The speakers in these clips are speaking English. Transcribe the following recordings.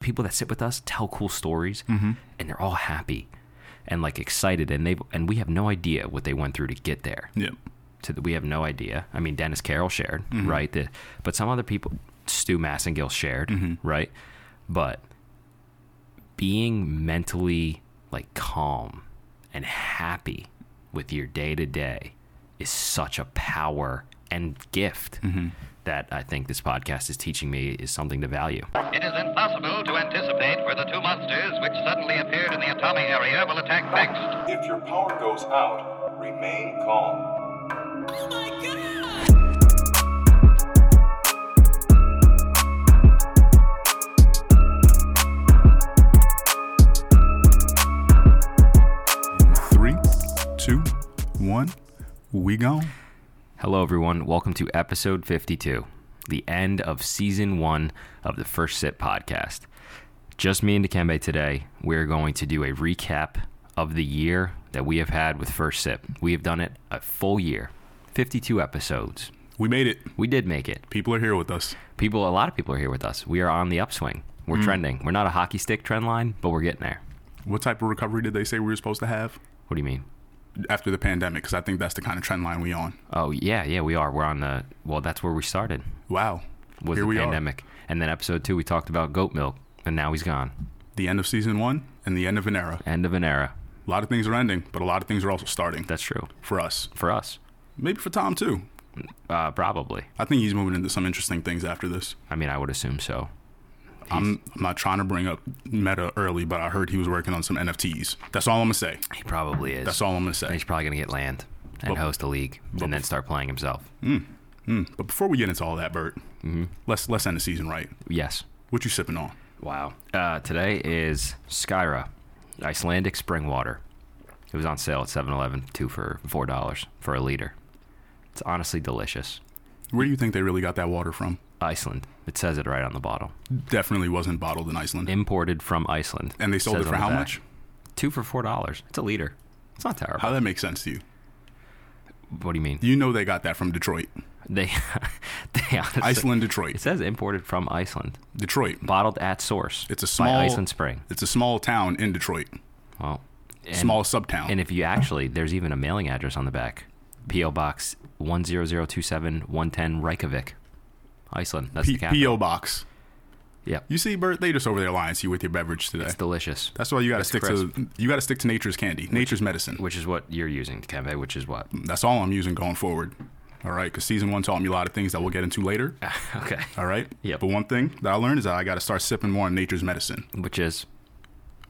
people that sit with us tell cool stories, and they're all happy and like excited, and they and we have no idea what they went through to get there. Yep. To the, we have no idea. I mean, Dennis Carroll shared, right? The, but some other people, Stu Massengill shared, right? But being mentally like calm and happy with your day to day is such a power and gift Mm-hmm. that I think this podcast is teaching me is something to value. It is impossible to anticipate where the two monsters which suddenly appeared in the Atami area will attack next. If your power goes out, remain calm. Three, two, one. We gone. Hello, everyone. Welcome to episode 52, the end of season one of the First Sip podcast. Just me and Dikembe today. We're going to do a recap of the year that we have had with First Sip. We have done it a full year, 52 episodes. We made it. We did make it. People are here with us. People, a lot of people are here with us. We are on the upswing. We're Mm. trending. We're not a hockey stick trend line, but we're getting there. What type of recovery did they say we were supposed to have What do you mean? after the pandemic? Because I think that's the kind of trend line we on. Oh, yeah, yeah, we are. We're on the, well, that's where we started, Wow. was here the we pandemic. And then episode two, we talked about goat milk, and now he's gone. are. The end of season one and the end of an era. End of an era. A lot of things are ending, but a lot of things are also starting That's true for us. for us, Maybe for Tom too. uh, probably. I think he's moving into some interesting things after this. I mean, I would assume so. I'm, I'm not trying to bring up Meta early, but I heard he was working on some NFTs. That's all I'm gonna say. He probably is. That's all I'm gonna say. He's probably gonna get land and host a league, and then start playing himself. Hmm. But before we get into all that, Bert, Mm-hmm. let's let's end the season right. Yes. What you sipping on? Wow. Uh, today is Skyra, Icelandic spring water. It was on sale at 7-Eleven, two for four dollars for a liter. It's honestly delicious. Where do you think they really got that water from? Iceland. It says it right on the bottle. Definitely wasn't bottled in Iceland. Imported from Iceland. and they sold Says it for on the how back. much? Two for four dollars. It's a liter. It's not terrible. How that makes sense to you? what do you mean? You know they got that from Detroit, They, they honestly, Iceland, It Detroit, says imported from Iceland, Detroit. bottled at source. It's a small by Iceland Spring. It's a small town in Detroit, Well, and, small subtown. And if you actually, there's even a mailing address on the back, PO Box one zero zero two seven one ten Reykjavik, Iceland. That's P- the capital. PO box. Yep. You see, Bert, they just over there lying to you with your beverage today. It's delicious, That's why you got to it's stick to you got to stick to nature's candy, nature's medicine. which is what you're using, Kembe. Which is what? That's all I'm using going forward. All right, because season one taught me a lot of things that we'll get into later. okay. All right. Yep. But one thing that I learned is that I got to start sipping more on nature's medicine. Which is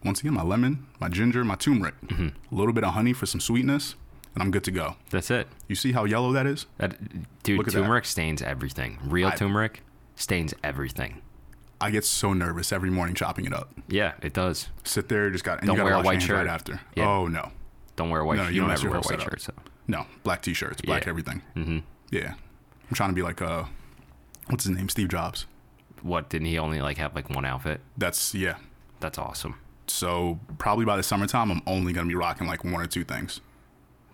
Once again, my lemon, my ginger, my turmeric, Mm-hmm. a little bit of honey for some sweetness, and I'm good to go. that's it. You see how yellow that is? That dude, Look at that. turmeric stains everything. Real I- turmeric stains everything. I get so nervous every morning chopping it up. Yeah, it does. Sit there, just got and Don't you got wear a to wash white your hands right shirt. after. Yeah. Oh no, Don't wear a white. No, shirt. you you don't don't mess ever your wear a whole white setup. shirt. So. no, black t-shirts, black Yeah. everything. Mm-hmm. Yeah, I'm trying to be like uh, what's his name, Steve Jobs. What didn't he only like have like one outfit? That's yeah. That's awesome. So probably by the summertime, I'm only gonna be rocking like one or two things.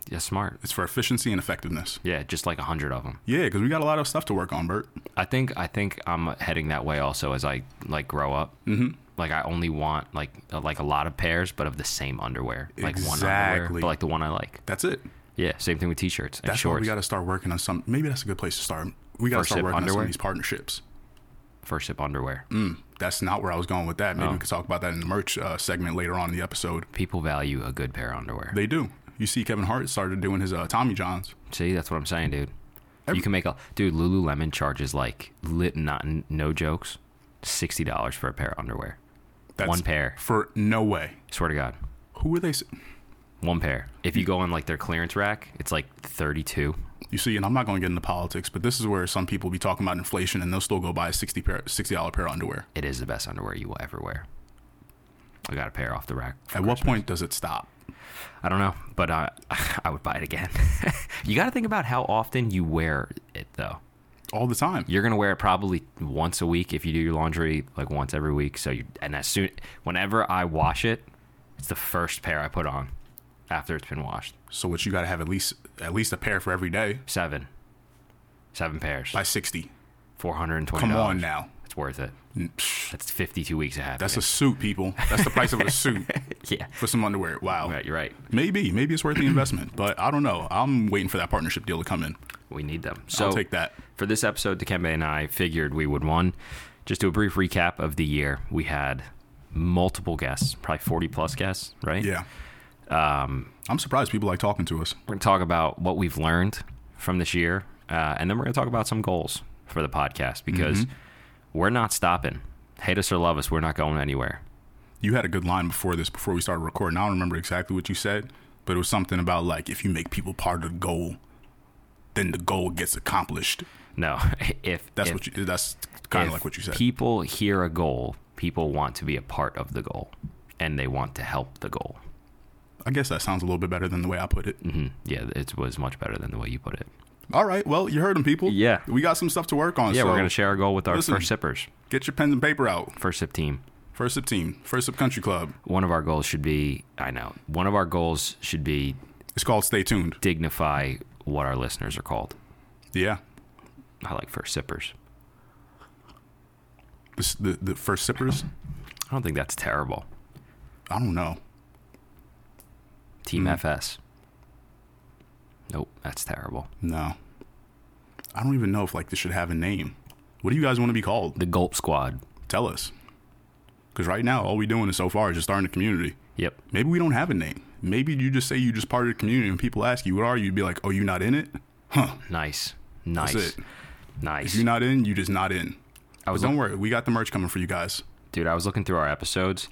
Yeah, smart. It's for efficiency and effectiveness. Yeah, just like a hundred of them. Yeah, because we got a lot of stuff to work on, Bert. I think I think I'm heading that way also as I like grow up. Mm-hmm. Like I only want like uh, like a lot of pairs, but of the same underwear. Like one Exactly. underwear, but like the one I like. That's it. Yeah, same thing with t-shirts and That's why shorts. we got to start working on some. Maybe that's a good place to start. We got to First start sip working on some underwear? of these partnerships. First sip underwear. Mm. That's not where I was going with that. Oh. Maybe we could talk about that in the merch uh, segment later on in the episode. People value a good pair of underwear. They do. You see, Kevin Hart started doing his uh, Tommy Johns. See, that's what I'm saying, dude. you can make a dude. Lululemon charges like lit not n- no jokes, sixty dollars for a pair of underwear. That's One pair. for no way. Swear to God, Who are they? s- one pair. If you go on like their clearance rack, it's like thirty-two. You see, and I'm not going to get into politics, but this is where some people be talking about inflation, and they'll still go buy a sixty pair, sixty dollar pair of underwear. It is the best underwear you will ever wear. I got a pair off the rack. At what point does it stop? I don't know, but uh, I would buy it again. you got to think about how often you wear it, though. All the time. You're gonna wear it probably once a week if you do your laundry like once every week. So you and as soon whenever I wash it, it's the first pair I put on after it's been washed. So what you got to have at least at least a pair for every day Seven, seven pairs, by sixty. four hundred and twenty. Come on now. It's worth it. Psh, That's 52 weeks of happiness. That's a suit, people. That's the price of a suit yeah. for some underwear. Wow. Right, you're right. Maybe, maybe it's worth the investment, but I don't know. I'm waiting for that partnership deal to come in. We need them. So I'll take that. for this episode, Dikembe and I figured we would one just do a brief recap of the year. We had multiple guests, probably 40 plus guests, right? Yeah. Um, Um, I'm surprised people like talking to us. We're going to talk about what we've learned from this year, uh, and then we're going to talk about some goals for the podcast because Mm-hmm. we're not stopping. Hate us or love us, we're not going anywhere. You had a good line before this, before we started recording. I don't remember exactly what you said, but it was something about like if you make people part of the goal, then the goal gets accomplished. No, if That's if, what you. That's kind if of like what you said. People hear a goal, people want to be a part of the goal, and they want to help the goal. I guess that sounds a little bit better than the way I put it. hmm Yeah, it was much better than the way you put it. All right. Well, you heard them, people. Yeah. We got some stuff to work on. Yeah, Uh, so we're gonna share our goal with our listen. first sippers, Get your pens and paper out. first sip team. First sip team. First sip country club. One of our goals should be, I know, one of our goals should be It's called Stay Tuned. dignify what our listeners are called. Yeah. I like first sippers. This, the the first sippers. I don't think that's terrible. I don't know. Team FS. Nope, that's terrible. No. I don't even know if like this should have a name. What do you guys want to be called? The Gulp Squad. Tell us. Because right now, all we're doing is so far is just starting a community. Yep. Maybe we don't have a name. Maybe you just say you just part of the community, and people ask you, "What are you?" You'd be like, "Oh, you not in it? Nice. Nice. That's it. Nice. You not in? You just not in." I was But don't worry, we got the merch coming for you guys. dude i was looking through our episodes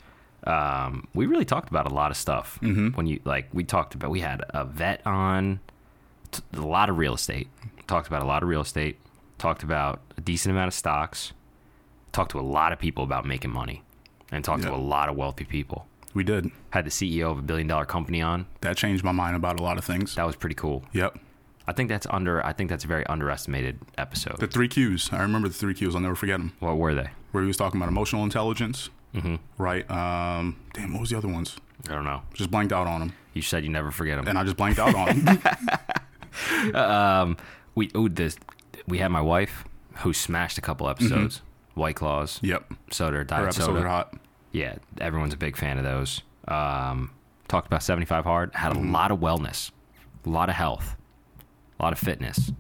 um, we really talked about a lot of stuff Mm-hmm. when you like we talked about we had a vet on t- a lot of real estate talked about a lot of real estate talked about a decent amount of stocks talked to a lot of people about making money and talked Yeah. to a lot of wealthy people We did. had the ceo of a billion dollar company on That changed my mind about a lot of things. that was pretty cool Yep. i think that's under i think that's a very underestimated episode The three Qs. I remember the three Qs. I'll never forget them. what were they Where he was talking about emotional intelligence, Mm-hmm. right? Um, damn, what was the other ones? i don't know Just blanked out on them, you said you never forget them and I just blanked out on them. we ooh, this we had my wife who smashed a couple episodes white claws yep. soda or Our diet Mm-hmm. episodes soda are hot. yeah everyone's a big fan of those um talked about 75 hard had Mm-hmm. a lot of wellness a lot of health a lot of fitness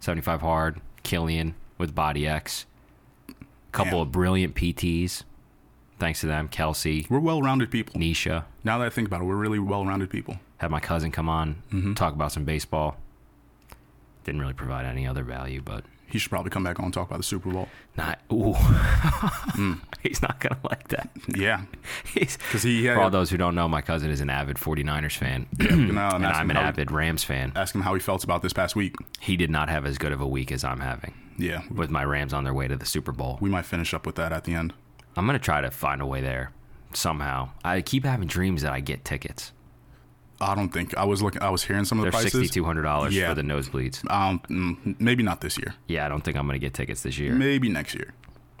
75 hard killian with body x couple Damn. of brilliant pts thanks to them kelsey We're well-rounded people. nisha Now that I think about it, we're really well-rounded people. had my cousin come on Mm-hmm. talk about some baseball didn't really provide any other value but He should probably come back on and talk about the Super Bowl. Not ooh. He's not gonna like that. Yeah, He's, because he had, for all those who don't know, my cousin is an avid 49ers fan, now I'm and asking I'm an how- avid Rams fan. Ask him how he felt about this past week. He did not have as good of a week as I'm having Yeah, with my Rams on their way to the Super Bowl. we might finish up with that at the end. I'm gonna try to find a way there somehow. I keep having dreams that I get tickets. I don't think I was looking. I was hearing some of the They're prices. sixty two hundred dollars Yeah. for the nosebleeds. Um, mm, maybe not this year. Yeah, I don't think I'm gonna get tickets this year. Maybe next year.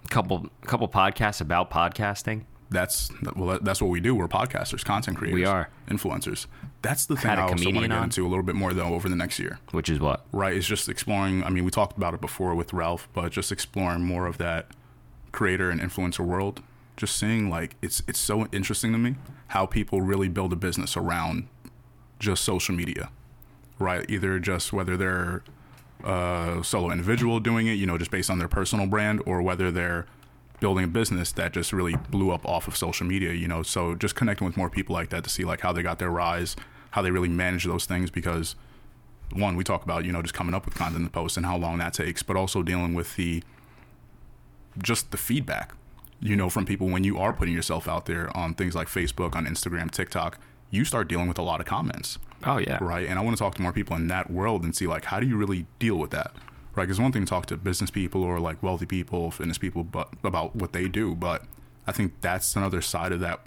Couple couple podcasts about podcasting. That's well. that- That's what we do. We're podcasters, content creators. We are. influencers. That's the thing Had a I also want to comedian get on. into a little bit more though over the next year. Which is what? Right? It's just exploring. I mean, we talked about it before with Ralph, but just exploring more of that creator and influencer world. Just seeing like it's it's so interesting to me how people really build a business around just social media, right? Either just whether they're a solo individual doing it, you know, just based on their personal brand, or whether they're building a business that just really blew up off of social media, you know. So just connecting with more people like that to see like how they got their rise, how they really manage those things because one, we talk about, you know, just coming up with content to post and how long that takes, but also dealing with the just the feedback, you know, from people when you are putting yourself out there on things like Facebook, on Instagram, TikTok, you start dealing with a lot of comments Oh yeah. right? And I want to talk to more people in that world and see like how do you really deal with that, right? Because one thing to talk to business people or like wealthy people, fitness people, but about what they do, but I think that's another side of that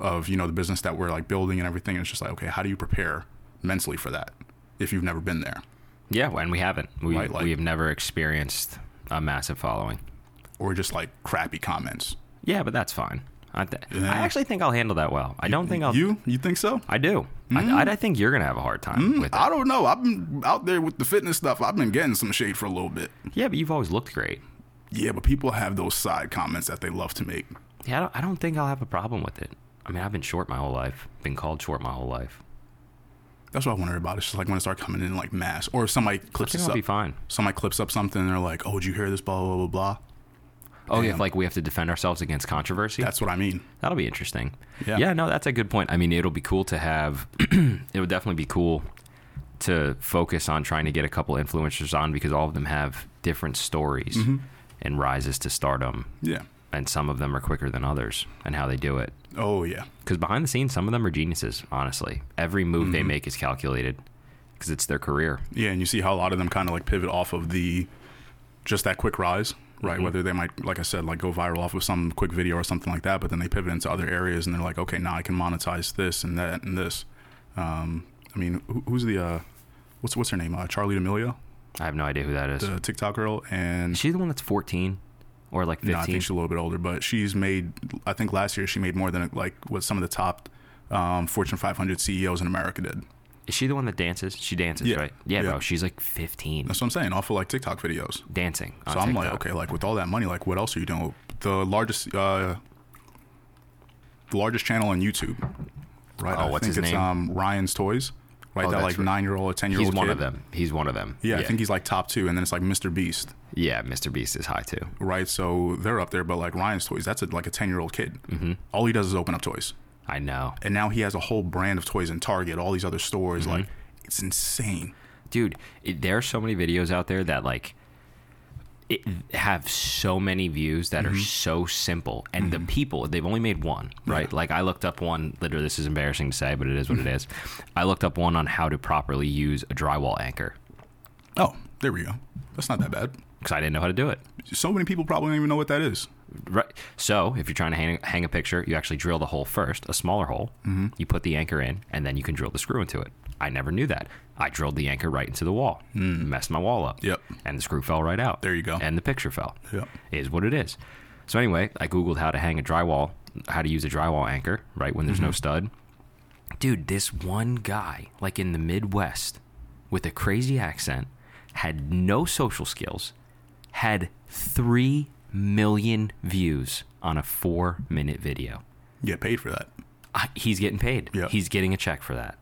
of you know the business that we're like building and everything. it's just like okay, how do you prepare mentally for that if you've never been there, Yeah, and we haven't. We Right, like- we have never experienced a massive following. or just like crappy comments? Yeah, but that's fine. I, th- Yeah. I actually think I'll handle that well. I don't think I'll. You Mm-hmm. you think so? I do. I, I, I think you're gonna have a hard time with it. I don't know. I've been out there with the fitness stuff. I've been getting some shade for a little bit. yeah, but you've always looked great. Yeah, but people have those side comments that they love to make. Yeah, I don't, I don't think I'll have a problem with it. I mean, I've been short my whole life, been called short my whole life. That's what I wonder about. It's just like when it start coming in like mass, or if somebody I clips think this I'll up. be fine. Somebody clips up something and they're like, "Oh, did you hear this?" Blah blah blah blah. Oh, yeah, Damn. if, like we have to defend ourselves against controversy. That's what I mean. That'll be interesting. Yeah. no, that's a good point. I mean, it'll be cool to have, it would definitely be cool to focus on trying to get a couple influencers on because all of them have different stories Mm-hmm. and rises to stardom. Yeah. And some of them are quicker than others and how they do it. Oh yeah. Because behind the scenes, some of them are geniuses, honestly. Every move Mm-hmm. they make is calculated because it's their career. Yeah, and you see how a lot of them kind of like pivot off of the just that quick rise, right? Mm-hmm. Whether they might, like I said, like go viral off of some quick video or something like that, but then they pivot into other areas and they're like, okay, now I can monetize this and that and this. Um, I mean, who, who's the uh, what's what's her name? Uh, Charlie D'Amelio, I have no idea who that is. the TikTok girl, and She's the one that's 14 or like no, I 15. think she's a little bit older, but she's made. I think last year she made more than like what some of the top um, Fortune 500 CEOs in America did. is she the one that dances? She dances, Yeah. right? Yeah, Yeah. bro. She's like 15 That's what I'm saying. Off of like TikTok videos. dancing. On So I'm like, TikTok. okay, like with all that money, like what else are you doing? The largest, uh, the largest channel on YouTube, right? Oh, what's I think his it's name? um, Ryan's Toys, right? Oh, that that's like right. nine year old, ten year He's old. one of them. He's one of them. Yeah, I think he's like top two, and then it's like Mr. Beast, yeah, Mr. Beast is high too. right? So they're up there, but like Ryan's Toys, that's a, like a ten year old kid. Mm-hmm. All he does is open up toys, I know. and now he has a whole brand of toys in Target, all these other stores. Like, it's insane. Dude, it, there are so many videos out there that like it, have so many views that are so simple and the people they've only made one, right? Like I looked up one, literally this is embarrassing to say, but it is what it is. I looked up one on how to properly use a drywall anchor Oh, there we go. That's not that bad. cuz I didn't know how to do it. So many people probably don't even know what that is. Right. So if you're trying to hang, hang a picture, you actually drill the hole first, a smaller hole. You put the anchor in, and then you can drill the screw into it. I never knew that. I drilled the anchor right into the wall, messed my wall up. Yep. And the screw fell right out. There you go. And the picture fell. Yep. Is what it is. So anyway, I googled how to hang a drywall, how to use a drywall anchor, right when there's Mm-hmm. no stud. Dude, this one guy, like in the Midwest, with a crazy accent, had no social skills, had 3 million views on a four minute video. You get paid for that. I, he's getting paid. Yeah. He's getting a check for that.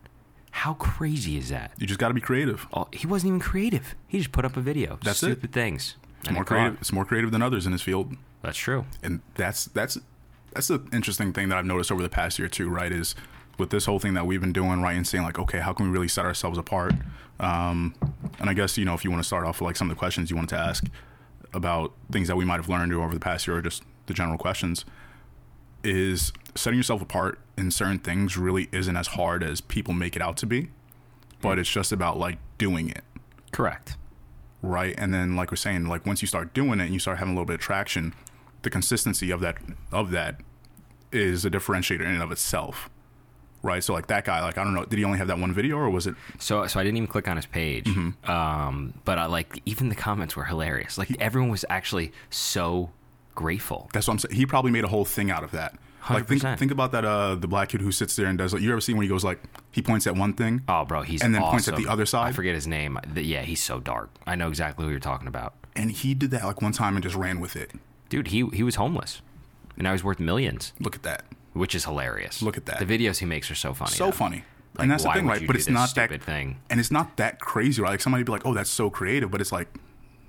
How crazy is that? You just got to be creative. Oh, he wasn't even creative. He just put up a video. That's it. Stupid things. It's more creative. It's more creative than others in his field, That's true. and that's that's that's the interesting thing that I've noticed over the past year too. Right, is with this whole thing that we've been doing, right, and saying like, okay, how can we really set ourselves apart? Um, and I guess you know if you want to start off with like some of the questions you wanted to ask about things that we might have learned over the past year, or just the general questions, is setting yourself apart in certain things really isn't as hard as people make it out to be, but it's just about like doing it. Correct. right? And then, like we're saying, like once you start doing it and you start having a little bit of traction, the consistency of that of that is a differentiator in and of itself, right? So, like that guy, like I don't know, did he only have that one video or was it? So, so I didn't even click on his page. Mm-hmm. Um, but I like even the comments were hilarious. Like everyone was actually so grateful. That's what I'm saying. He probably made a whole thing out of that. Like think 100%. think about that uh the black kid who sits there and does like you ever see when he goes like he points at one thing Oh, bro, he's And then points at awesome. the other side? I forget his name. The- yeah, he's so dark. I know exactly who you're talking about, and he did that like one time and just ran with it. dude. He he was homeless, and now he's worth millions, Look at that. which is hilarious. Look at that. The videos he makes are so funny. So though. funny. Like, and that's the why thing, would right? you But do it's this not that stupid thing. and it's not that crazy, right? Like somebody be like, "Oh, that's so creative," but it's like,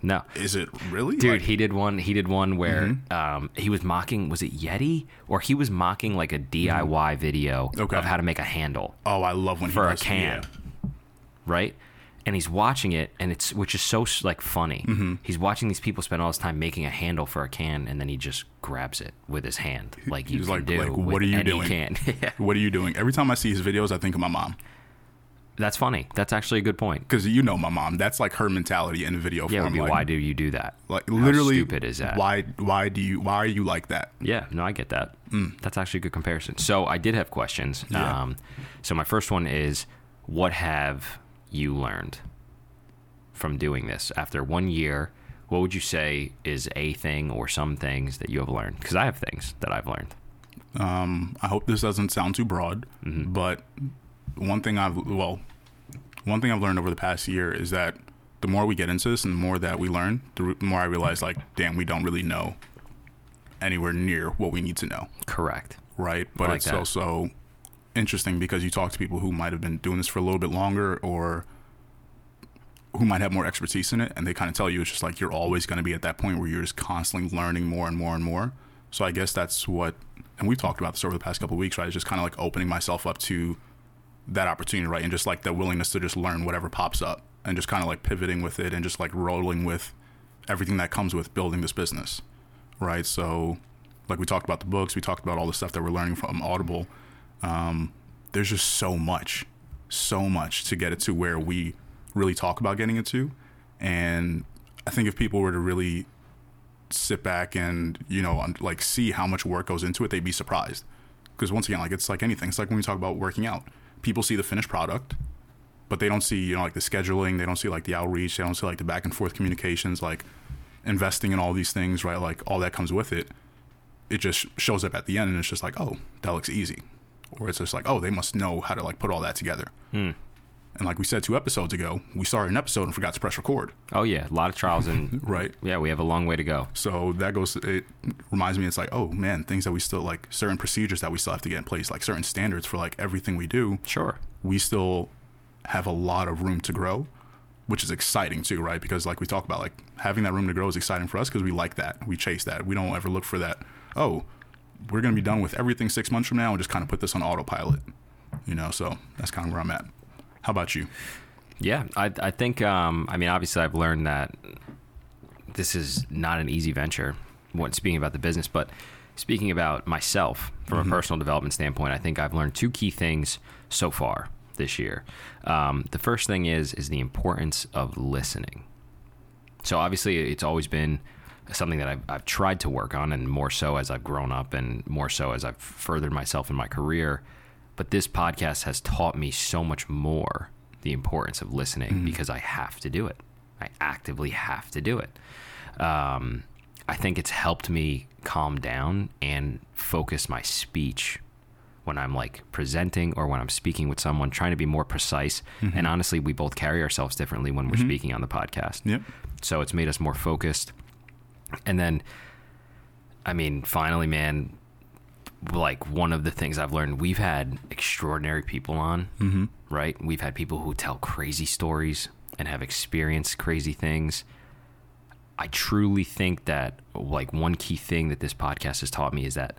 No, is it really? dude Like, Mm-hmm. he did one he did one where um, he was mocking was it yeti or he was mocking like a diy video Mm-hmm. Okay. of how to make a handle Oh, I love when he for a does- can yeah. right and he's watching it and it's which is so like funny Mm-hmm. he's watching these people spend all this time making a handle for a can and then he just grabs it with his hand like you He's can like- do like, with "What are you any doing?" can. Yeah. What are you doing? Every time I see his videos, I think of my mom that's funny that's actually a good point because you know my mom. That's like her mentality in a video yeah it would form. be like, why do you do that like How literally stupid is that Why why do you why are you like that? Yeah, no, I get that. That's actually a good comparison. So I did have questions. Yeah. Um, so my first one is, what have you learned from doing this after one year? What would you say is a thing or some things that you have learned? Because I have things that I've learned. Um, I hope this doesn't sound too broad, Mm-hmm. but one thing I've well, one thing I've learned over the past year is that the more we get into this and the more that we learn, the re- more I realize like, damn, we don't really know anywhere near what we need to know, Correct. right? But like it's that. also interesting because you talk to people who might have been doing this for a little bit longer or who might have more expertise in it and they kind of tell you it's just like you're always going to be at that point where you're just constantly learning more and more and more. So I guess that's what and we've talked about this over the past couple of weeks, right? It's just kind of like opening myself up to that opportunity, right? And just like that willingness to just learn whatever pops up and just kind of like pivoting with it and just like rolling with everything that comes with building this business, right? So, like we talked about the books, we talked about all the stuff that we're learning from Audible. Um, there's just so much, so much to get it to where we really talk about getting it to. And I think if people were to really sit back and you know un- like see how much work goes into it they'd be surprised because once again like it's like anything it's like when we talk about working out people see the finished product but they don't see you know like the scheduling they don't see like the outreach they don't see like the back and forth communications like investing in all these things right like all that comes with it it just shows up at the end and it's just like oh that looks easy or it's just like oh they must know how to like put all that together and like we said two episodes ago we started an episode and forgot to press record Oh yeah, a lot of trials and right yeah, we have a long way to go. so that goes. It reminds me. It's like, oh man, things that we still like, certain procedures that we still have to get in place, like certain standards for like everything we do. Sure. We still have a lot of room to grow, which is exciting too, right? Because like we talk about, like having that room to grow is exciting for us because we like that. We chase that. We don't ever look for that. Oh, we're gonna be done with everything six months from now and just kind of put this on autopilot, you know. So that's kind of where I'm at. How about you? Yeah, I, I think, um, I mean, obviously, I've learned that this is not an easy venture when speaking about the business, but speaking about myself from a personal development standpoint, I think I've learned two key things so far this year. Um, the first thing is is the importance of listening. So obviously, it's always been something that I've, I've tried to work on, and more so as I've grown up, and more so as I've furthered myself in my career. But this podcast has taught me so much more the importance of listening because I have to do it. I actively have to do it. Um, I think it's helped me calm down and focus my speech when I'm like presenting or when I'm speaking with someone, trying to be more precise. And honestly, we both carry ourselves differently when we're speaking on the podcast. Yep. So it's made us more focused. And then, I mean, finally, man, like one of the things I've learned, we've had extraordinary people on, mm-hmm. right? We've had people who tell crazy stories and have experienced crazy things. I truly think that, like, one key thing that this podcast has taught me is that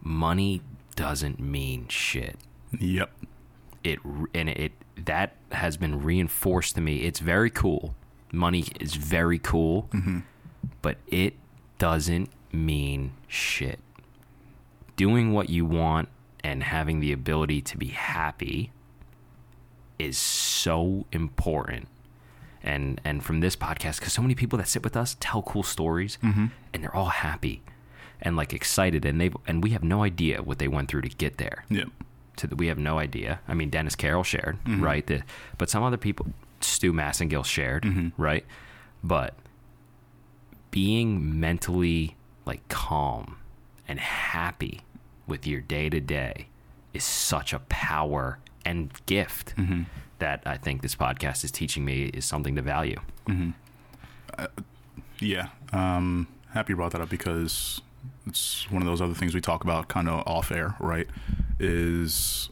money doesn't mean shit Yep. it and it that has been reinforced to me. It's very cool. Money is very cool, but it doesn't mean shit. Doing what you want and having the ability to be happy is so important. And and from this podcast, because so many people that sit with us tell cool stories, and they're all happy and like excited, and they and we have no idea what they went through to get there Yep. to the, we have no idea. I mean, Dennis Carroll shared, Mm-hmm. right? The, but some other people, Stu Massengill shared, Mm-hmm. right? But being mentally like calm and happy with your day to day is such a power and gift Mm-hmm. that I think this podcast is teaching me is something to value. Yeah. Um, happy you brought that up because it's one of those other things we talk about kind of off air, right? Is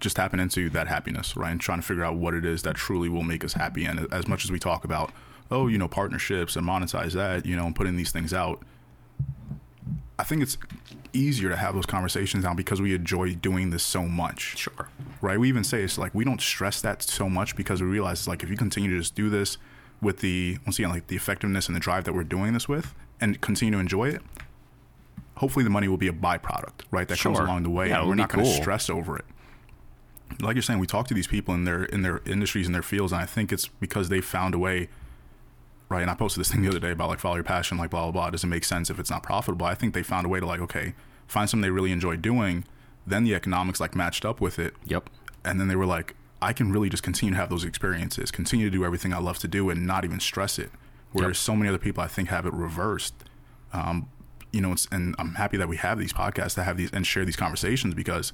just tapping into that happiness, right? And trying to figure out what it is that truly will make us happy. And as much as we talk about, oh, you know, partnerships and monetize that, you know, and putting these things out, I think it's easier to have those conversations now because we enjoy doing this so much Sure. right? We even say it's like we don't stress that so much because we realize it's like if you continue to just do this with the once again like the effectiveness and the drive that we're doing this with and continue to enjoy it, hopefully the money will be a byproduct, right? That comes Sure. along the way. Yeah, and it'll we're be not going to cool. stress over it. Like you're saying, we talk to these people in their in their industries and their fields, and I think it's because they found a way right? And I posted this thing the other day about like follow your passion, like blah blah blah. It doesn't make sense if it's not profitable. I think they found a way to like okay, find something they really enjoy doing. Then the economics like matched up with it, Yep. and then they were like, I can really just continue to have those experiences, continue to do everything I love to do, and not even stress it. Yep. Whereas so many other people, I think, have it reversed. Um, you know, it's, and I'm happy that we have these podcasts to have these and share these conversations because,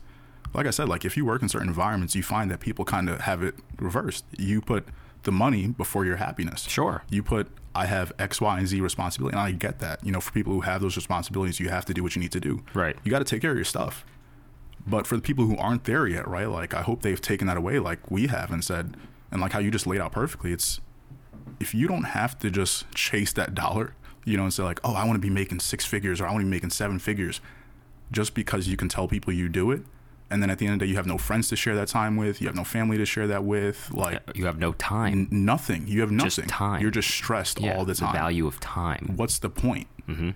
like I said, like if you work in certain environments, you find that people kind of have it reversed. You put the money before your happiness. Sure. You put I have X, Y, and Z responsibility, and I get that. You know, for people who have those responsibilities, you have to do what you need to do. Right. You got to take care of your stuff. But for the people who aren't there yet, right? Like I hope they've taken that away, like we have, and said, and like how you just laid out perfectly. It's if you don't have to just chase that dollar, you know, and say like, oh, I want to be making six figures or I want to be making seven figures, just because you can tell people you do it, and then at the end of the day, you have no friends to share that time with, you have no family to share that with, like You have no time. nothing. You have nothing. time. You're just stressed Yeah, all the time. The value of time. What's the point? Mm-hmm.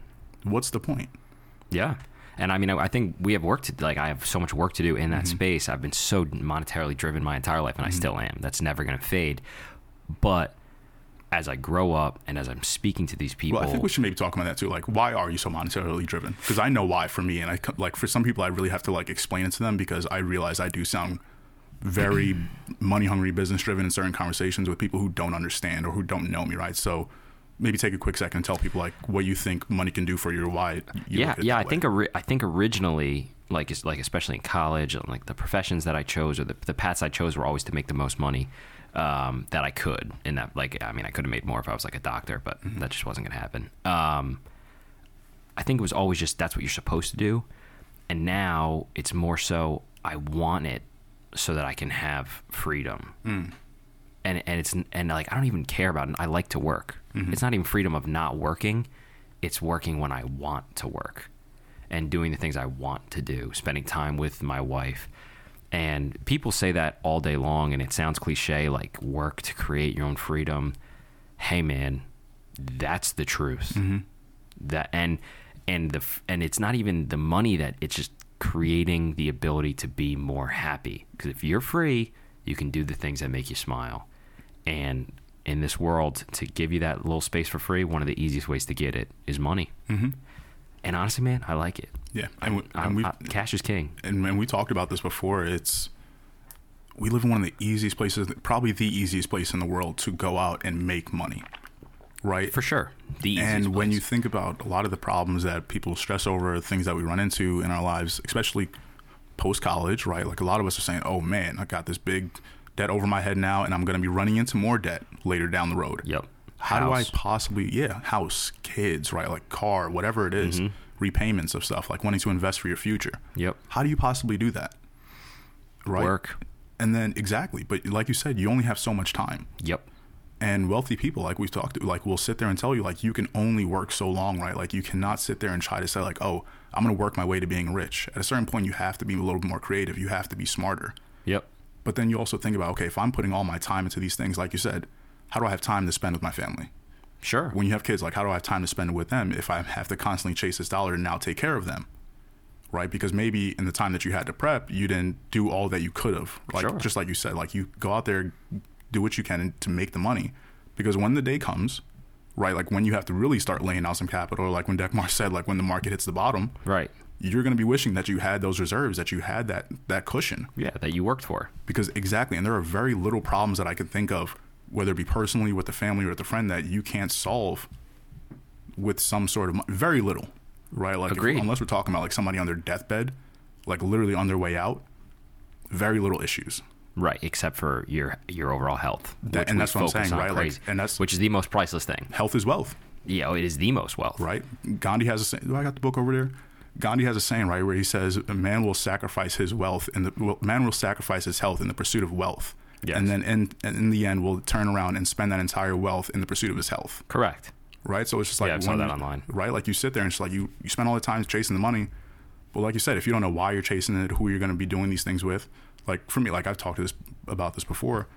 What's the point? Yeah. And I mean, I I think we have work to like. I have so much work to do in that Mm-hmm. space. I've been so monetarily driven my entire life, and I still am. That's never going to fade. But as I grow up, and as I'm speaking to these people, Well, I think we should maybe talk about that too. Like, why are you so monetarily driven? Because I know why for me, and I co- like for some people, I really have to like explain it to them because I realize I do sound very money hungry, business driven in certain conversations with people who don't understand or who don't know me, right? So maybe take a quick second and tell people like what you think money can do for you, or why. You yeah, look at it yeah. I that way. think ori- I think originally, like es- like especially in college, and like the professions that I chose or the, the paths I chose were always to make the most money um, that I could. And that, like, I mean, I could have made more if I was like a doctor, but Mm-hmm. that just wasn't going to happen. Um, I think it was always just that's what you're supposed to do, and now it's more so I want it so that I can have freedom. And, and it's and like I don't even care about it. I like to work. It's not even freedom of not working. It's working when I want to work and doing the things I want to do, spending time with my wife. And people say that all day long, and it sounds cliche like work to create your own freedom. Hey, man, that's the truth. That and and the f- and it's not even the money that it's just creating the ability to be more happy. Because if you're free, you can do the things that make you smile. And in this world, to give you that little space for free, one of the easiest ways to get it is money. Mm-hmm. And honestly, man, I like it. yeah, and, we, and I'm, we I- cash is king. and man, we talked about this before. It's we live in one of the easiest places, probably the easiest place in the world to go out and make money, right? For sure. The easiest and when place. you think about a lot of the problems that people stress over, things that we run into in our lives, especially post college, right? Like a lot of us are saying, "Oh man, I got this big debt over my head now, and I'm going to be running into more debt later down the road." Yep. How House. do I possibly, yeah, house, kids, right? Like car, whatever it is, Mm-hmm. repayments of stuff, like wanting to invest for your future. Yep. How do you possibly do that? Right. Work. And then exactly, but like you said, you only have so much time Yep. and wealthy people like we've talked to like will sit there and tell you like you can only work so long right like you cannot sit there and try to say like oh i'm going to work my way to being rich at a certain point you have to be a little bit more creative you have to be smarter Yep. but then you also think about okay if i'm putting all my time into these things like you said how do i have time to spend with my family Sure. when you have kids like how do i have time to spend with them if i have to constantly chase this dollar and now take care of them right because maybe in the time that you had to prep you didn't do all that you could have like Sure. just like you said like you go out there do what you can to make the money because when the day comes right like when you have to really start laying out some capital like when Dekmar said like when the market hits the bottom right. you're going to be wishing that you had those reserves that you had that that cushion Yeah, that you worked for. because exactly and there are very little problems that i can think of whether it be personally with the family or with a friend that you can't solve with some sort of mo- very little right like if- Agreed. unless we're talking about like somebody on their deathbed like literally on their way out very little issues Right, except for your your overall health, That- and that's what I'm saying, right? Like, and that's- which is the most priceless thing. health is wealth Yeah, it is the most wealth. right gandhi has a saying do i got the book over there gandhi has a saying right where he says a man will sacrifice his wealth and the well, man will sacrifice his health in the pursuit of wealth Yes. and then in, and in the end will turn around and spend that entire wealth in the pursuit of his health Correct. right? So it's just like Yeah, I saw when- that online. right? Like you sit there and it's like you you spend all the time chasing the money, but like you said, if you don't know why you're chasing it, who you're going to be doing these things with, like for me, like I've talked to this about this before.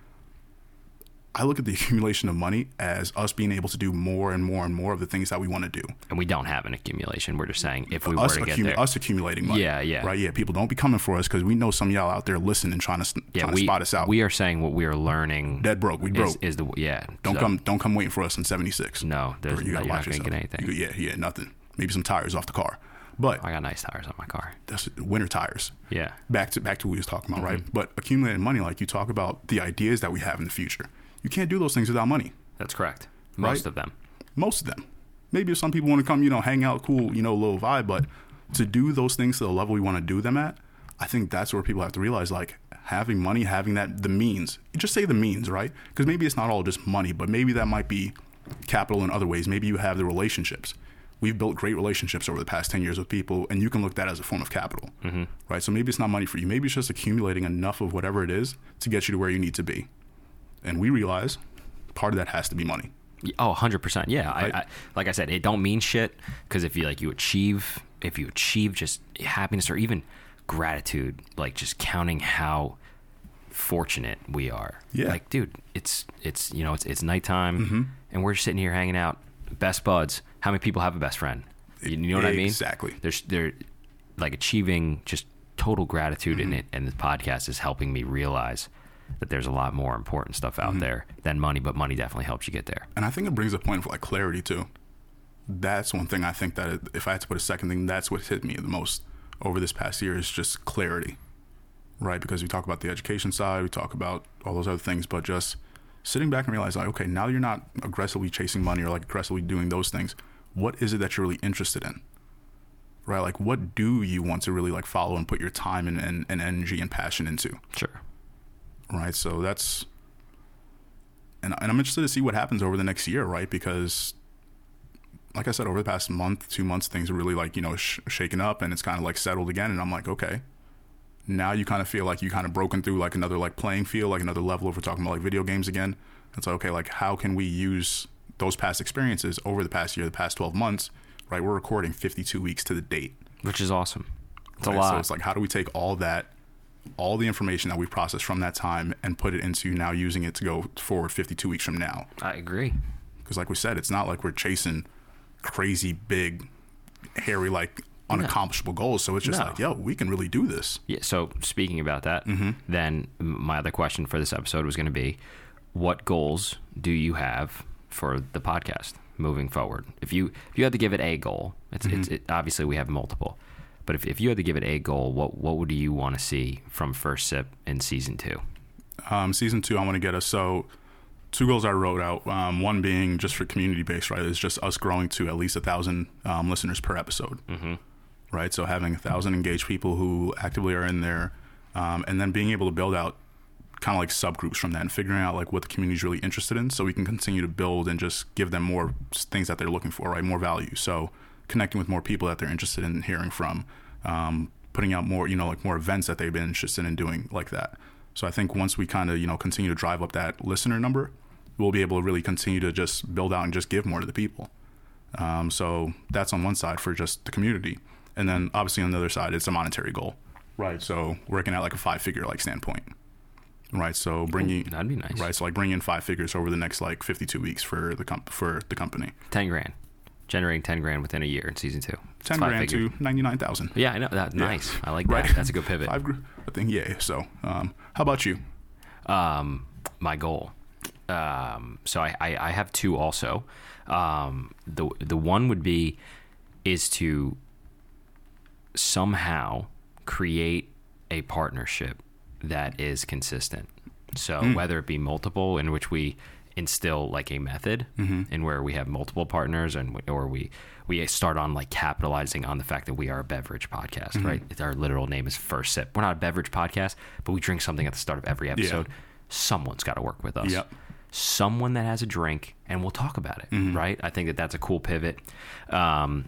I look at the accumulation of money as us being able to do more and more and more of the things that we want to do. And we don't have an accumulation. We're just saying if we us, were to get accumu- there, us accumulating money. Yeah, yeah. Right, yeah. People don't be coming for us because we know some of y'all out there listening trying to, yeah, trying we to spot us out. we are saying what we are learning. Dead broke. We is, broke. is the yeah. don't so- come don't come waiting for us in 76. No, there's, Or you are gotta not watch going to get yourself. anything. You- yeah, yeah, nothing. Maybe some tires off the car. But I got nice tires on my car. that's winter tires. Yeah. Back to back to what we was talking about, right? But accumulating money, like you talk about the ideas that we have in the future. You can't do those things without money. That's correct. Most Right? of them. Most of them. Maybe if some people want to come, you know, hang out, cool, you know, little vibe, but to do those things to the level we want to do them at, I think that's where people have to realize like having money, having that the means. Just say the means, right? Because maybe it's not all just money, but maybe that might be capital in other ways. Maybe you have the relationships. We've built great relationships over the past 10 years with people, and you can look at that as a form of capital, right? So maybe it's not money for you. Maybe it's just accumulating enough of whatever it is to get you to where you need to be. And we realize part of that has to be money. Oh, 100%. Yeah. I, Right. I, like I said, it don't mean shit because if you like you achieve, if you achieve just happiness or even gratitude, like just counting how fortunate we are. Yeah. Mm-hmm. Like, dude, it's, it's, you know, it's, it's nighttime and we're sitting here hanging out. Best buds. How many people have a best friend? You, you know what I mean? Exactly. There's, there, like achieving just total gratitude in Mm-hmm. it. And this podcast is helping me realize that there's a lot more important stuff out Mm-hmm. there than money, but money definitely helps you get there. And I think it brings a point of like clarity too. That's one thing I think that it- if I had to put a second thing, that's what hit me the most over this past year is just clarity, right? Because we talk about the education side, we talk about all those other things, but just sitting back and realizing, like, okay, now you're not aggressively chasing money or like aggressively doing those things. What is it that you're really interested in? Right? Like, what do you want to really like follow and put your time and, and, and energy and passion into? Sure. right? So that's, and, and I'm interested to see what happens over the next year, right? Because, like I said, over the past month, two months, things are really like you know sh- shaken up, and it's kind of like settled again. And I'm like, okay, now you kind of feel like you kind of broken through like another like playing field, like another level. If we're talking about like video games again, it's like okay, like how can we use those past experiences over the past year, the past 12 months, right? We're recording 52 weeks to the date. which is awesome. It's a Right, lot. So it's like, how do we take all that, all the information that we processed from that time and put it into now using it to go forward 52 weeks from now? I agree. Because, like we said, it's not like we're chasing crazy, big, hairy, like unaccomplishable goals. So it's just No. like, yo, we can really do this. Yeah. So speaking about that, Mm-hmm. then m- my other question for this episode was going to be, what goals do you have for the podcast moving forward? If you if you had to give it a goal, it's it's Mm-hmm. it, obviously we have multiple, but if if you had to give it a goal, what what would you want to see from first sip in season two? um, season two, I want to get us. So, two goals I wrote out. Um, one being just for community based, right? Is just us growing to at least a thousand um, listeners per episode, mm-hmm. right? So having a thousand engaged people who actively are in there, um, and then being able to build out kind of like subgroups from that and figuring out like what the community's really interested in, so we can continue to build and just give them more s- things that they're looking for, right? More value. So connecting with more people that they're interested in hearing from. Um, putting out more, you know, like more events that they've been interested in doing like that. So I think once we kind of you know continue to drive up that listener number, we'll be able to really continue to just build out and just give more to the people. Um, so that's on one side for just the community, and then obviously on the other side it's a monetary goal, right? So working at like a five figure like standpoint, right? So bringing that'd be nice. right? So like bringing in five figures over the next like fifty two weeks for the comp- for the company, Ten grand, generating ten grand within a year in season two. It's ten five grand figure. to ninety nine thousand. Yeah, I know that. Nice. I like that. Right. That's a good pivot. Five, gr- I think yeah. So um, how about you? um, my goal. Um, so I, I, I have two also. Um, the the one would be is to somehow create a partnership that is consistent. So whether it be multiple in which we instill like a method and where we have multiple partners and or we we start on like capitalizing on the fact that we are a beverage podcast, right? It's Our literal name is First Sip. We're not a beverage podcast, but we drink something at the start of every episode. Someone's got to work with us Yep. someone that has a drink and we'll talk about it right i think that that's a cool pivot um,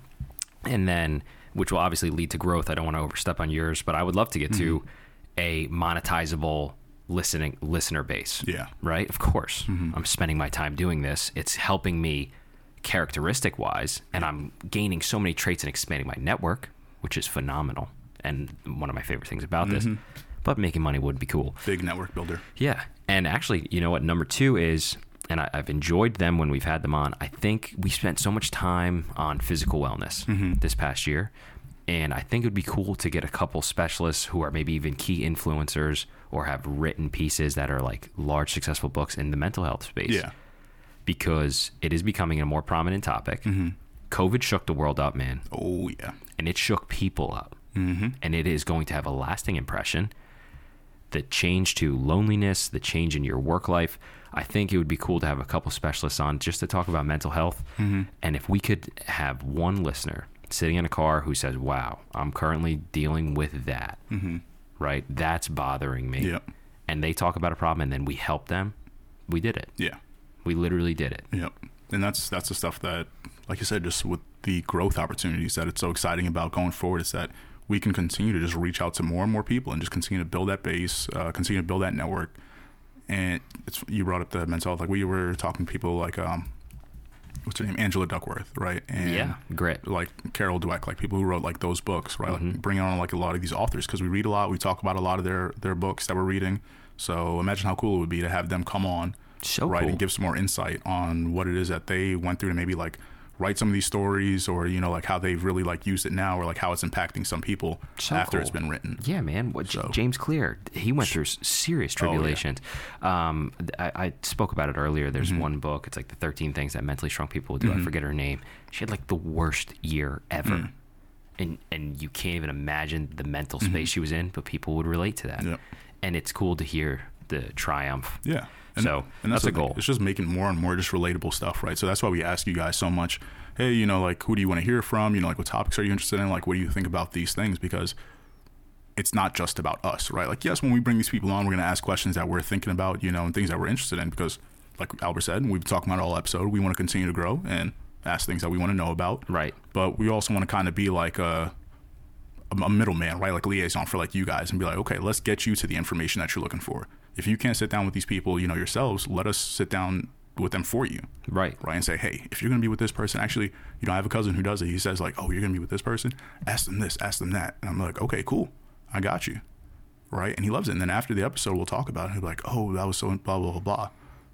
and then which will obviously lead to growth i don't want to overstep on yours but i would love to get to a monetizable listening listener base Yeah. right of course i'm spending my time doing this it's helping me characteristic wise and i'm gaining so many traits and expanding my network which is phenomenal and one of my favorite things about this but making money would be cool Big network builder. yeah. And actually, you know what? Number two is, and I, I've enjoyed them when we've had them on. I think we spent so much time on physical wellness this past year. And I think it would be cool to get a couple specialists who are maybe even key influencers or have written pieces that are like large successful books in the mental health space Yeah. because it is becoming a more prominent topic. COVID shook the world up, man Oh yeah. and it shook people up. Mm-hmm. And it is going to have a lasting impression. The change to loneliness, the change in your work life. I think it would be cool to have a couple specialists on just to talk about mental health. And if we could have one listener sitting in a car who says, Wow, I'm currently dealing with that, right? That's bothering me. Yep. And they talk about a problem and then we help them. We did it. Yeah. We literally did it. Yep. And that's that's the stuff that, like you said, just with the growth opportunities that it's so exciting about going forward is that we can continue to just reach out to more and more people and just continue to build that base, uh, continue to build that network. And it's you brought up the mental health. Like we were talking to people like um, what's her name, Angela Duckworth, right? And Yeah, grit. Like Carol Dweck, like people who wrote like those books, right? Mm-hmm. Like bringing on like a lot of these authors because we read a lot. We talk about a lot of their their books that we're reading. So imagine how cool it would be to have them come on, So right, cool. and give some more insight on what it is that they went through to maybe like write some of these stories or you know like how they've really like used it now or like how it's impacting some people So after it's cool. been written. Yeah, man. What, J- So- Oh, James Clear, he went through s- serious tribulations. um, th- I, I spoke about it earlier. There's Mm-hmm. one book. It's like the 13 things that mentally shrunk people do. I forget her name. She had like the worst year ever, Mm. and and you can't even imagine the mental space she was in. But people would relate to that, Mm-hmm. Yep. and it's cool to hear the triumph. Yeah. So, that's the a thing. goal. It's just making more and more just relatable stuff, right? So that's why we ask you guys so much. Hey, you know, like who do you want to hear from? You know, like what topics are you interested in? Like what do you think about these things? Because it's not just about us, right? Like yes, when we bring these people on, we're going to ask questions that we're thinking about, you know, and things that we're interested in. Because like Albert said, and we've been talking about it all episode, we want to continue to grow and ask things that we want to know about, Right. But we also want to kind of be like a a middleman, right? Like liaison for like you guys and be like, okay, let's get you to the information that you're looking for. If you can't sit down with these people, you know, yourselves, let us sit down with them for you. Right. Right. And say, hey, if you're going to be with this person, actually, you know, I have a cousin who does it. He says, like, oh, you're going to be with this person. Ask them this, ask them that. And I'm like, okay, cool. I got you. Right. And he loves it. And then after the episode, we'll talk about it. He'll be like, oh, that was so blah, blah, blah, blah.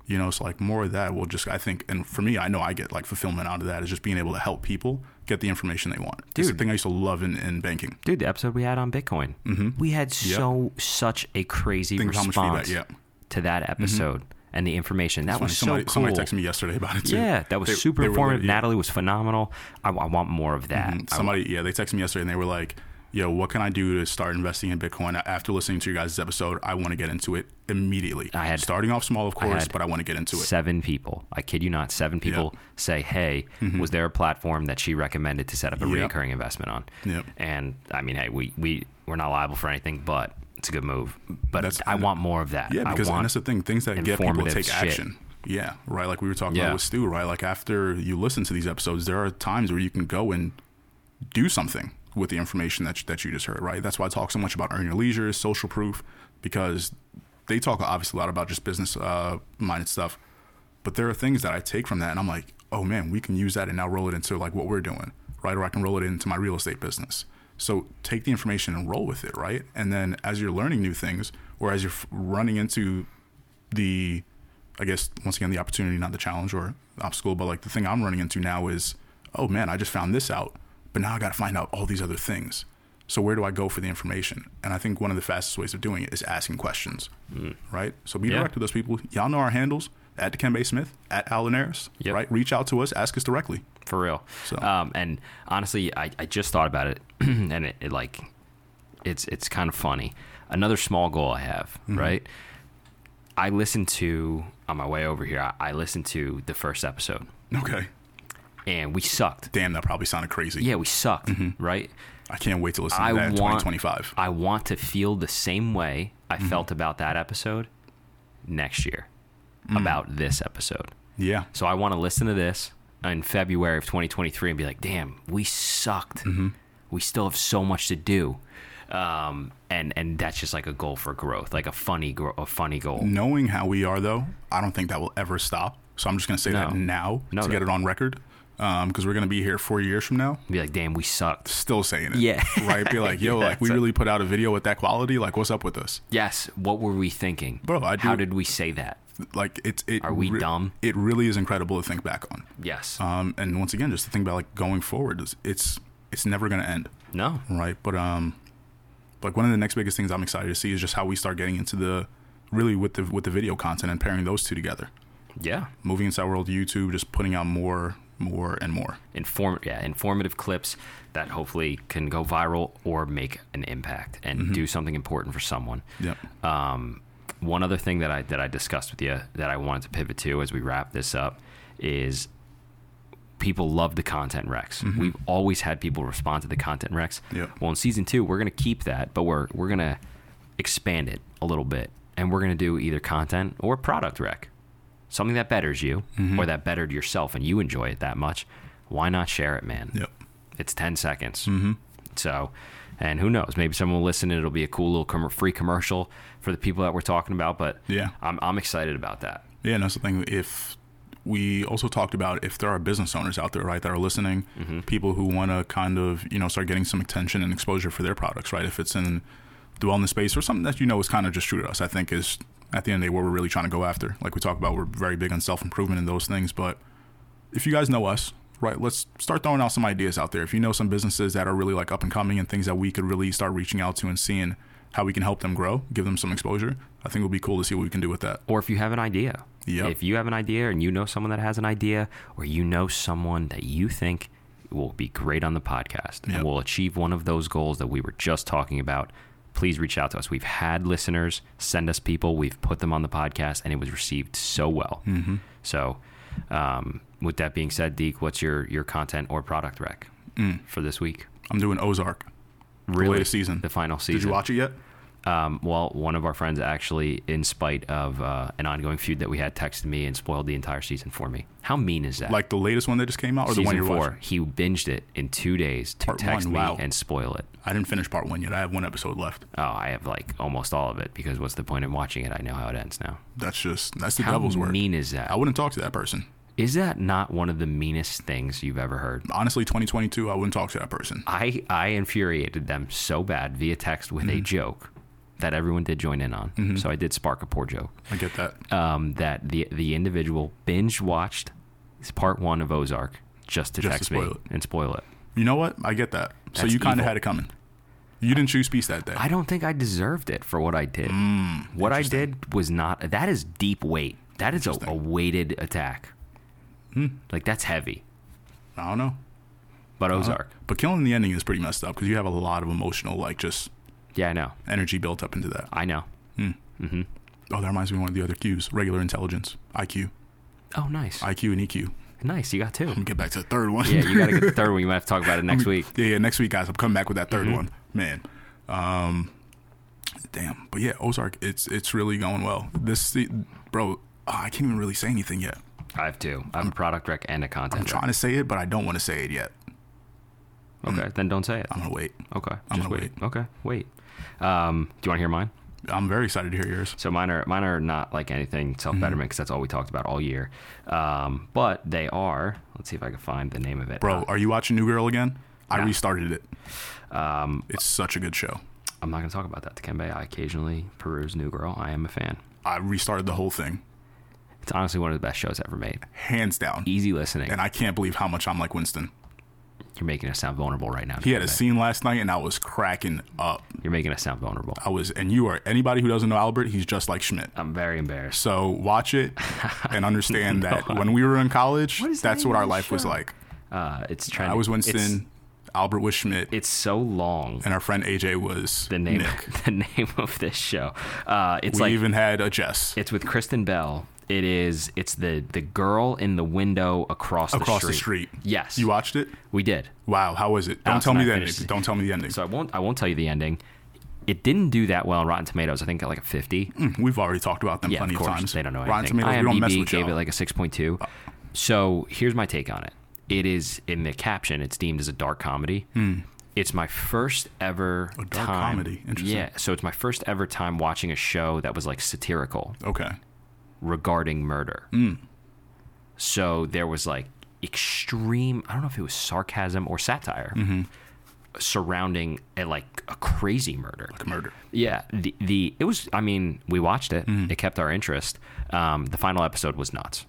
You know, so like more of that will just, I think, and for me, I know I get like fulfillment out of that is just being able to help people get the information they want. It's the Dude. thing I used to love in, in banking. Dude, the episode we had on Bitcoin, Mm-hmm. we had so such a crazy Think of how much feedback, response yeah. to that episode and the information that Funny, was so somebody, cool. somebody texted me yesterday about it too. Yeah, that was They- super they were Mm-hmm. informative. literally- Natalie was phenomenal. I, I want more of that. I- Somebody, yeah, they texted me yesterday and they were like, "Yo, what can I do to start investing in Bitcoin?" After listening to your guys' episode, I want to get into it immediately. I had- starting off small, of course, had but I want to get into it. seven people, I kid you not, seven people say, "Hey, was there a platform that she recommended to set up a Mm-hmm. Yep. recurring investment on?" Yep. And I mean, hey, we we we're not liable for anything, but it's a good move. But That's- I want more of that. Yeah, because I and want, that's the thing. Things that get people to informative take shit. action. Yeah, right. Like we were talking Yeah. about with Stu, right? Like after you listen to these episodes, there are times where you can go and do something with the information that you, that you just heard, right? That's why I talk so much about earn your leisure, social proof, because they talk obviously a lot about just business uh, minded stuff. But there are things that I take from that, and I'm like, oh man, we can use that and now roll it into like what we're doing, right? Or I can roll it into my real estate business. So take the information and roll with it, right? And then as you're learning new things, or as you're f- running into the I guess once again the opportunity, not the challenge or obstacle, but like the thing I'm running into now is, oh man, I just found this out, but now I got to find out all these other things. So where do I go for the information? And I think one of the fastest ways of doing it is asking questions, right? So be Mm. Yeah. direct with those people. Y'all know our handles at Dikembe Smith at Alan Harris, Yep. right? Reach out to us, ask us directly. for real. So- Um, and honestly, I, I just thought about it, and it, it like, it's it's kind of funny. Another small goal I have, right? I listened to on my way over here. I, I listened to the first episode, Okay. and we sucked. Damn, that probably sounded crazy. Yeah, we sucked, right? I can't wait to listen to I that in want 2025. I want to feel the same way I felt about that episode next year about this episode. yeah. So I want to listen to this in February of 2023 and be like, damn, we sucked. Mm-hmm. We still have so much to do. Um, and, and that's just like a goal for growth, like a funny, gro- a funny goal. knowing how we are though i don't think that will ever stop so i'm just going to say that No. now No, to no. get it on record because we're going to be here four years from now Be like, damn, we sucked. still saying it Yeah. right be like yo like we That's it. really put out a video with that quality like what's up with us Yes. What were we thinking? Bro, I How do- did we say that? like it's it Are we dumb? it really is incredible to think back on Yes. um and once again just to think about like going forward is it's it's never going to end no. right? But um, like one of the next biggest things I'm excited to see is just how we start getting into the really with the with the video content and pairing those two together. Yeah. Moving into that world, YouTube just putting out more, more and more. inform yeah informative clips that hopefully can go viral or make an impact and Mm-hmm. do something important for someone. Yep. Um, one other thing that I that I discussed with you that I wanted to pivot to as we wrap this up is people love the content recs. We've always had people respond to the content recs. Yeah. Well, in season two, we're gonna keep that, but we're we're gonna expand it a little bit, and we're gonna do either content or product rec, something that betters you or that bettered yourself, and you enjoy it that much. Why not share it, man? Yep. It's 10 seconds. Mm-hmm. So, and who knows? Maybe someone will listen and it'll be a cool little com- free commercial for the people that we're talking about. But Yeah. I'm, I'm excited about that. Yeah, and that's the thing. If we also talked about if there are business owners out there, right, that are listening, people who want to kind of you know start getting some attention and exposure for their products, right? If it's in the wellness space or something that you know is kind of just true to us, I think is at the end of the day what we're really trying to go after. Like we talk about, we're very big on self improvement and those things, but if you guys know us, right, let's start throwing out some ideas out there. If you know some businesses that are really like up and coming and things that we could really start reaching out to and seeing how we can help them grow, give them some exposure, I think it would be cool to see what we can do with that. Or if you have an idea. Yep. If you have an idea and you know someone that has an idea, or you know someone that you think will be great on the podcast Yep. and will achieve one of those goals that we were just talking about, please reach out to us. We've had listeners send us people, we've put them on the podcast, and it was received so well. Mm-hmm. So, um, with that being said, Deke, what's your, your content or product rec for this week? I'm doing Ozark. Really, Mm. latest season. the final season. Did you watch it yet? Um, well, one of our friends actually, in spite of uh, an ongoing feud that we had, texted me and spoiled the entire season for me. How mean is that? Like the latest one that just came out, or season the one you're four, watching? he binged it in two days to Part text one, me wow. and spoil it. I didn't finish part one yet. I have one episode left. Oh, I have like almost all of it because what's the point in watching it? I know how it ends now. That's just that's the How devil's work. mean is that? I wouldn't talk to that person. Is that not one of the meanest things you've ever heard? Honestly, 2022, I wouldn't talk to that person. I I infuriated them so bad via text with Mm-hmm. a joke that everyone did join in on. So I did spark a poor joke. I get that. um, that the the individual binge watched part one of Ozark just to Just to text me spoil it. and spoil it. You know what? I get that. So That's you kind evil. of had it coming. You didn't choose peace that day. I don't think I deserved it for what I did. Hmm, what I did was not. That is deep weight. That is a, a Interesting. Hmm. weighted attack. Like that's heavy. I don't know. But Uh-huh. Ozark. But killing the ending is pretty messed up because you have a lot of emotional, like just Yeah, I know. energy built up into that. I know. Oh, that reminds me of one of the other Qs: regular intelligence, IQ, Oh, nice. IQ, and EQ. nice. You got two. Let me get back to the third one. yeah, you got to get the third one. You might have to talk about it next week. Mm-hmm. Yeah, yeah. Next week, guys, I'm coming back with that 3rd one, man. Um, damn. But yeah, Ozark, it's it's really going well. This, se- bro, oh, I can't even really say anything yet. I have two. I have a product rec and a I'm content. rec. trying to say it, but I don't want to say it yet. Okay, then don't say it. mm. I'm gonna wait. Okay, I'm just gonna wait. Okay, wait. Um, do you want to hear mine? I'm very excited to hear yours. So mine are mine are not like anything self Mm-hmm. betterment because that's all we talked about all year. Um, but they are. Let's see if I can find the name of it. Bro, Uh, are you watching New Girl again? I Nah. restarted it. Um, it's such a good show. I'm not gonna talk about that. Dikembe, I occasionally peruse New Girl. I am a fan. I restarted the whole thing, It's honestly one of the best shows ever made. hands down. Easy listening. And I can't believe how much I'm like Winston. You're making us sound vulnerable right now. He had a Dikembe. scene last night, and I was cracking up. You're making us sound vulnerable. I was, and you are anybody who doesn't know Albert, he's just like Schmidt. I'm very embarrassed. So watch it and understand that when we were in college, is the that's name what of our the life was show? like. Uh, it's trending. I was It's- Winston, Albert was Schmidt, It's, so long. and our friend AJ was The name, Nick. the name of this show. Uh, it's We like even had a Jess It's with Kristen Bell. It is. It's the the girl in the window across the across street. the street. Yes, You watched it? We did. Wow, how was it? No, Don't it's tell me not the ending. finished. Don't tell me the ending. So I won't. I won't tell you the ending. It didn't do that well on Rotten Tomatoes. I think at like a fifty. Hmm, We've already talked about them yeah, Mm, plenty of course of times. they don't know Rotten anything. Tomatoes, we don't mess IMDb with Uh. gave y'all. it like a six point two. So here's my take on it. It is in the caption. It's deemed as a dark comedy. It's my first ever Hmm. A dark time- comedy. Interesting. Yeah. So it's my first ever time watching a show that was like satirical. okay. regarding murder. Mm. So there was like extreme, I don't know if it was sarcasm or satire Mm-hmm. surrounding a, like a crazy murder. Murder. Yeah, the, the it was I mean, we watched it. Mm-hmm. It kept our interest. Um, the final episode was nuts.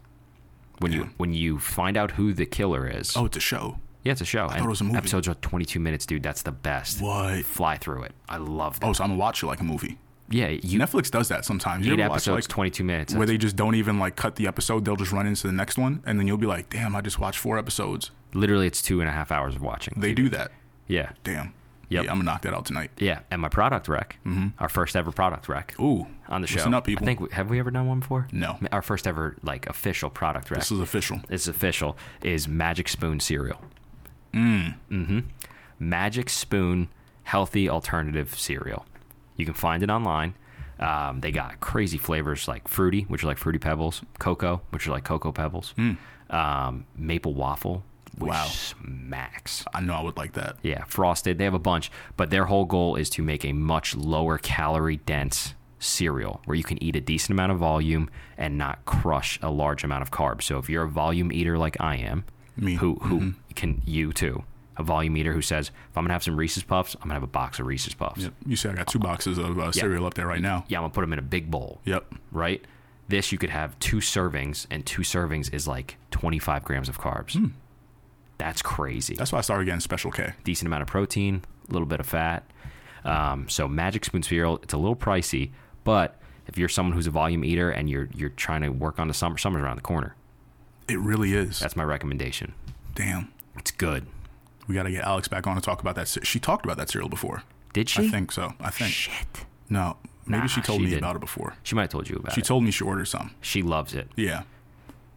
When you when you find out who the killer is. Oh, it's a show. yeah, it's a show. I it was a movie. Episodes are 22 minutes, dude. That's the best. What? Fly through it. I love that. Oh, so I'm gonna watch it like a movie. yeah, you Netflix does that sometimes. You eight ever watch, episodes, like, 22 minutes. where they just don't even like cut the episode, they'll just run into the next one, and then you'll be like, "Damn, I just watched four episodes." Literally, it's two and a half hours of watching. They do that. yeah. Damn. Yep. Yeah, I'm gonna knock that out tonight. Yeah, and my product rec, our first ever product rec Mm-hmm. Ooh, on the show. Listen up, people. I think we, have we ever done one before? No. Our first ever like official product rec. this is official. This is official. Is Magic Spoon cereal? Mm-hmm. Mm. Mm-hmm. Mm. Magic Spoon healthy alternative cereal. You can find it online. Um, they got crazy flavors like fruity, which are like fruity pebbles, cocoa, which are like cocoa pebbles, um, maple waffle, which Mm. Wow. smacks. I know I would like that. Yeah, frosted. They have a bunch, but their whole goal is to make a much lower calorie dense cereal where you can eat a decent amount of volume and not crush a large amount of carbs. So if you're a volume eater like I am, Me. Mm-hmm. who who can you too, a volume eater who says if I'm gonna have some Reese's Puffs, I'm gonna have a box of Reese's Puffs. Yep. You see, I got two boxes of uh, cereal up there right now. Yeah, I'm gonna put them in a big bowl. Yep. Right. This you could have two servings, and two servings is like 25 grams of carbs. Hmm. That's crazy That's why I started getting Special K. decent amount of protein, a little bit of fat. Um, so Magic Spoon cereal, it's a little pricey, but if you're someone who's a volume eater and you're you're trying to work on the summer, summer's around the corner. It really is. That's my recommendation. Damn. It's good. We got to get Alex back on to talk about that. ce- She talked about that cereal before. Did she? I think so. I think. Shit. No. Maybe Nah, she told she me didn't. about it before. She might have told you about She it. told me she ordered some. she loves it. Yeah.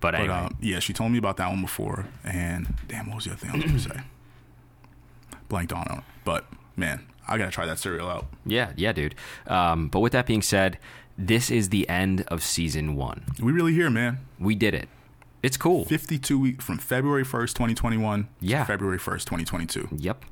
But, But anyway, um, yeah, she told me about that one before. And damn, what was the other thing I was going to say? Blanked on it. But man, I got to try that cereal out. yeah, yeah, dude. Um, but with that being said, this is the end of season one. We really here, man. We did it. It's cool. 52 week from February 1st, 2021 Yeah. to February 1st, 2022. Yep.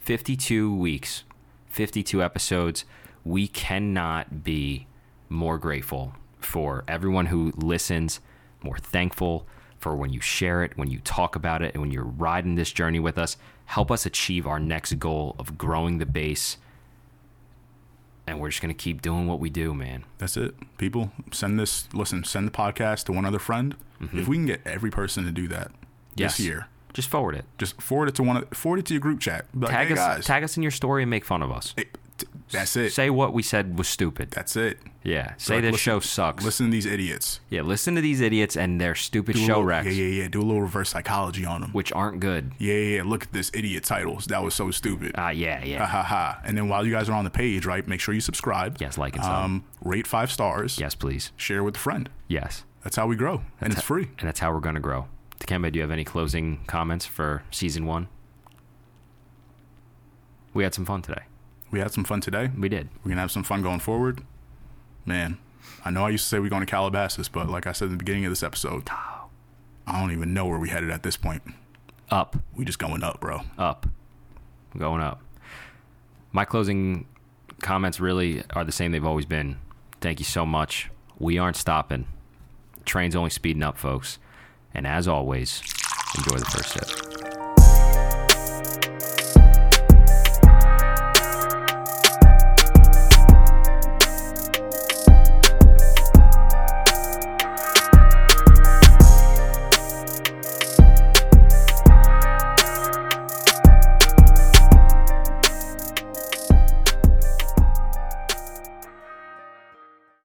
52 weeks, 52 episodes. We cannot be more grateful for everyone who listens, more thankful for when you share it, when you talk about it, and when you're riding this journey with us. Help us achieve our next goal of growing the base. And we're just going to keep doing what we do, man. That's it. People, send this, listen, send the podcast to one other friend. If we can get every person to do that Mm-hmm. Yes. this year, Just forward it. just forward it to one, of- forward it to your group chat. Be like, Tag "Hey, us guys." tag us in your story and make fun of us. Hey, t- that's it. Say what we said was stupid. That's it. Yeah. Say like, this listen- show sucks. Listen to these idiots. Yeah, listen to these idiots and their stupid Do a show little- wrecks, Yeah, yeah, yeah. Do a little reverse psychology on them. which aren't good. Yeah, yeah, yeah. Look at this idiot titles. That was so stupid. Ah, yeah, Ha yeah. ha ha. And then while you guys are on the page, right, make sure you subscribe. Yes, like and sub. um, rate five stars. Yes, please. Share with a friend. Yes. That's how we grow, and it's free. And that's how we're going to grow. Dikembe, do you have any closing comments for season one? We had some fun today. We had some fun today. We did. We're gonna have some fun going forward, man. I know I used to say we're going to Calabasas, but like I said in the beginning of this episode, I don't even know where we headed at this point. Up, We just going up, bro. up, going up. My closing comments really are the same they've always been. Thank you so much. We aren't stopping. Train's only speeding up, folks. And as always, enjoy the first sip.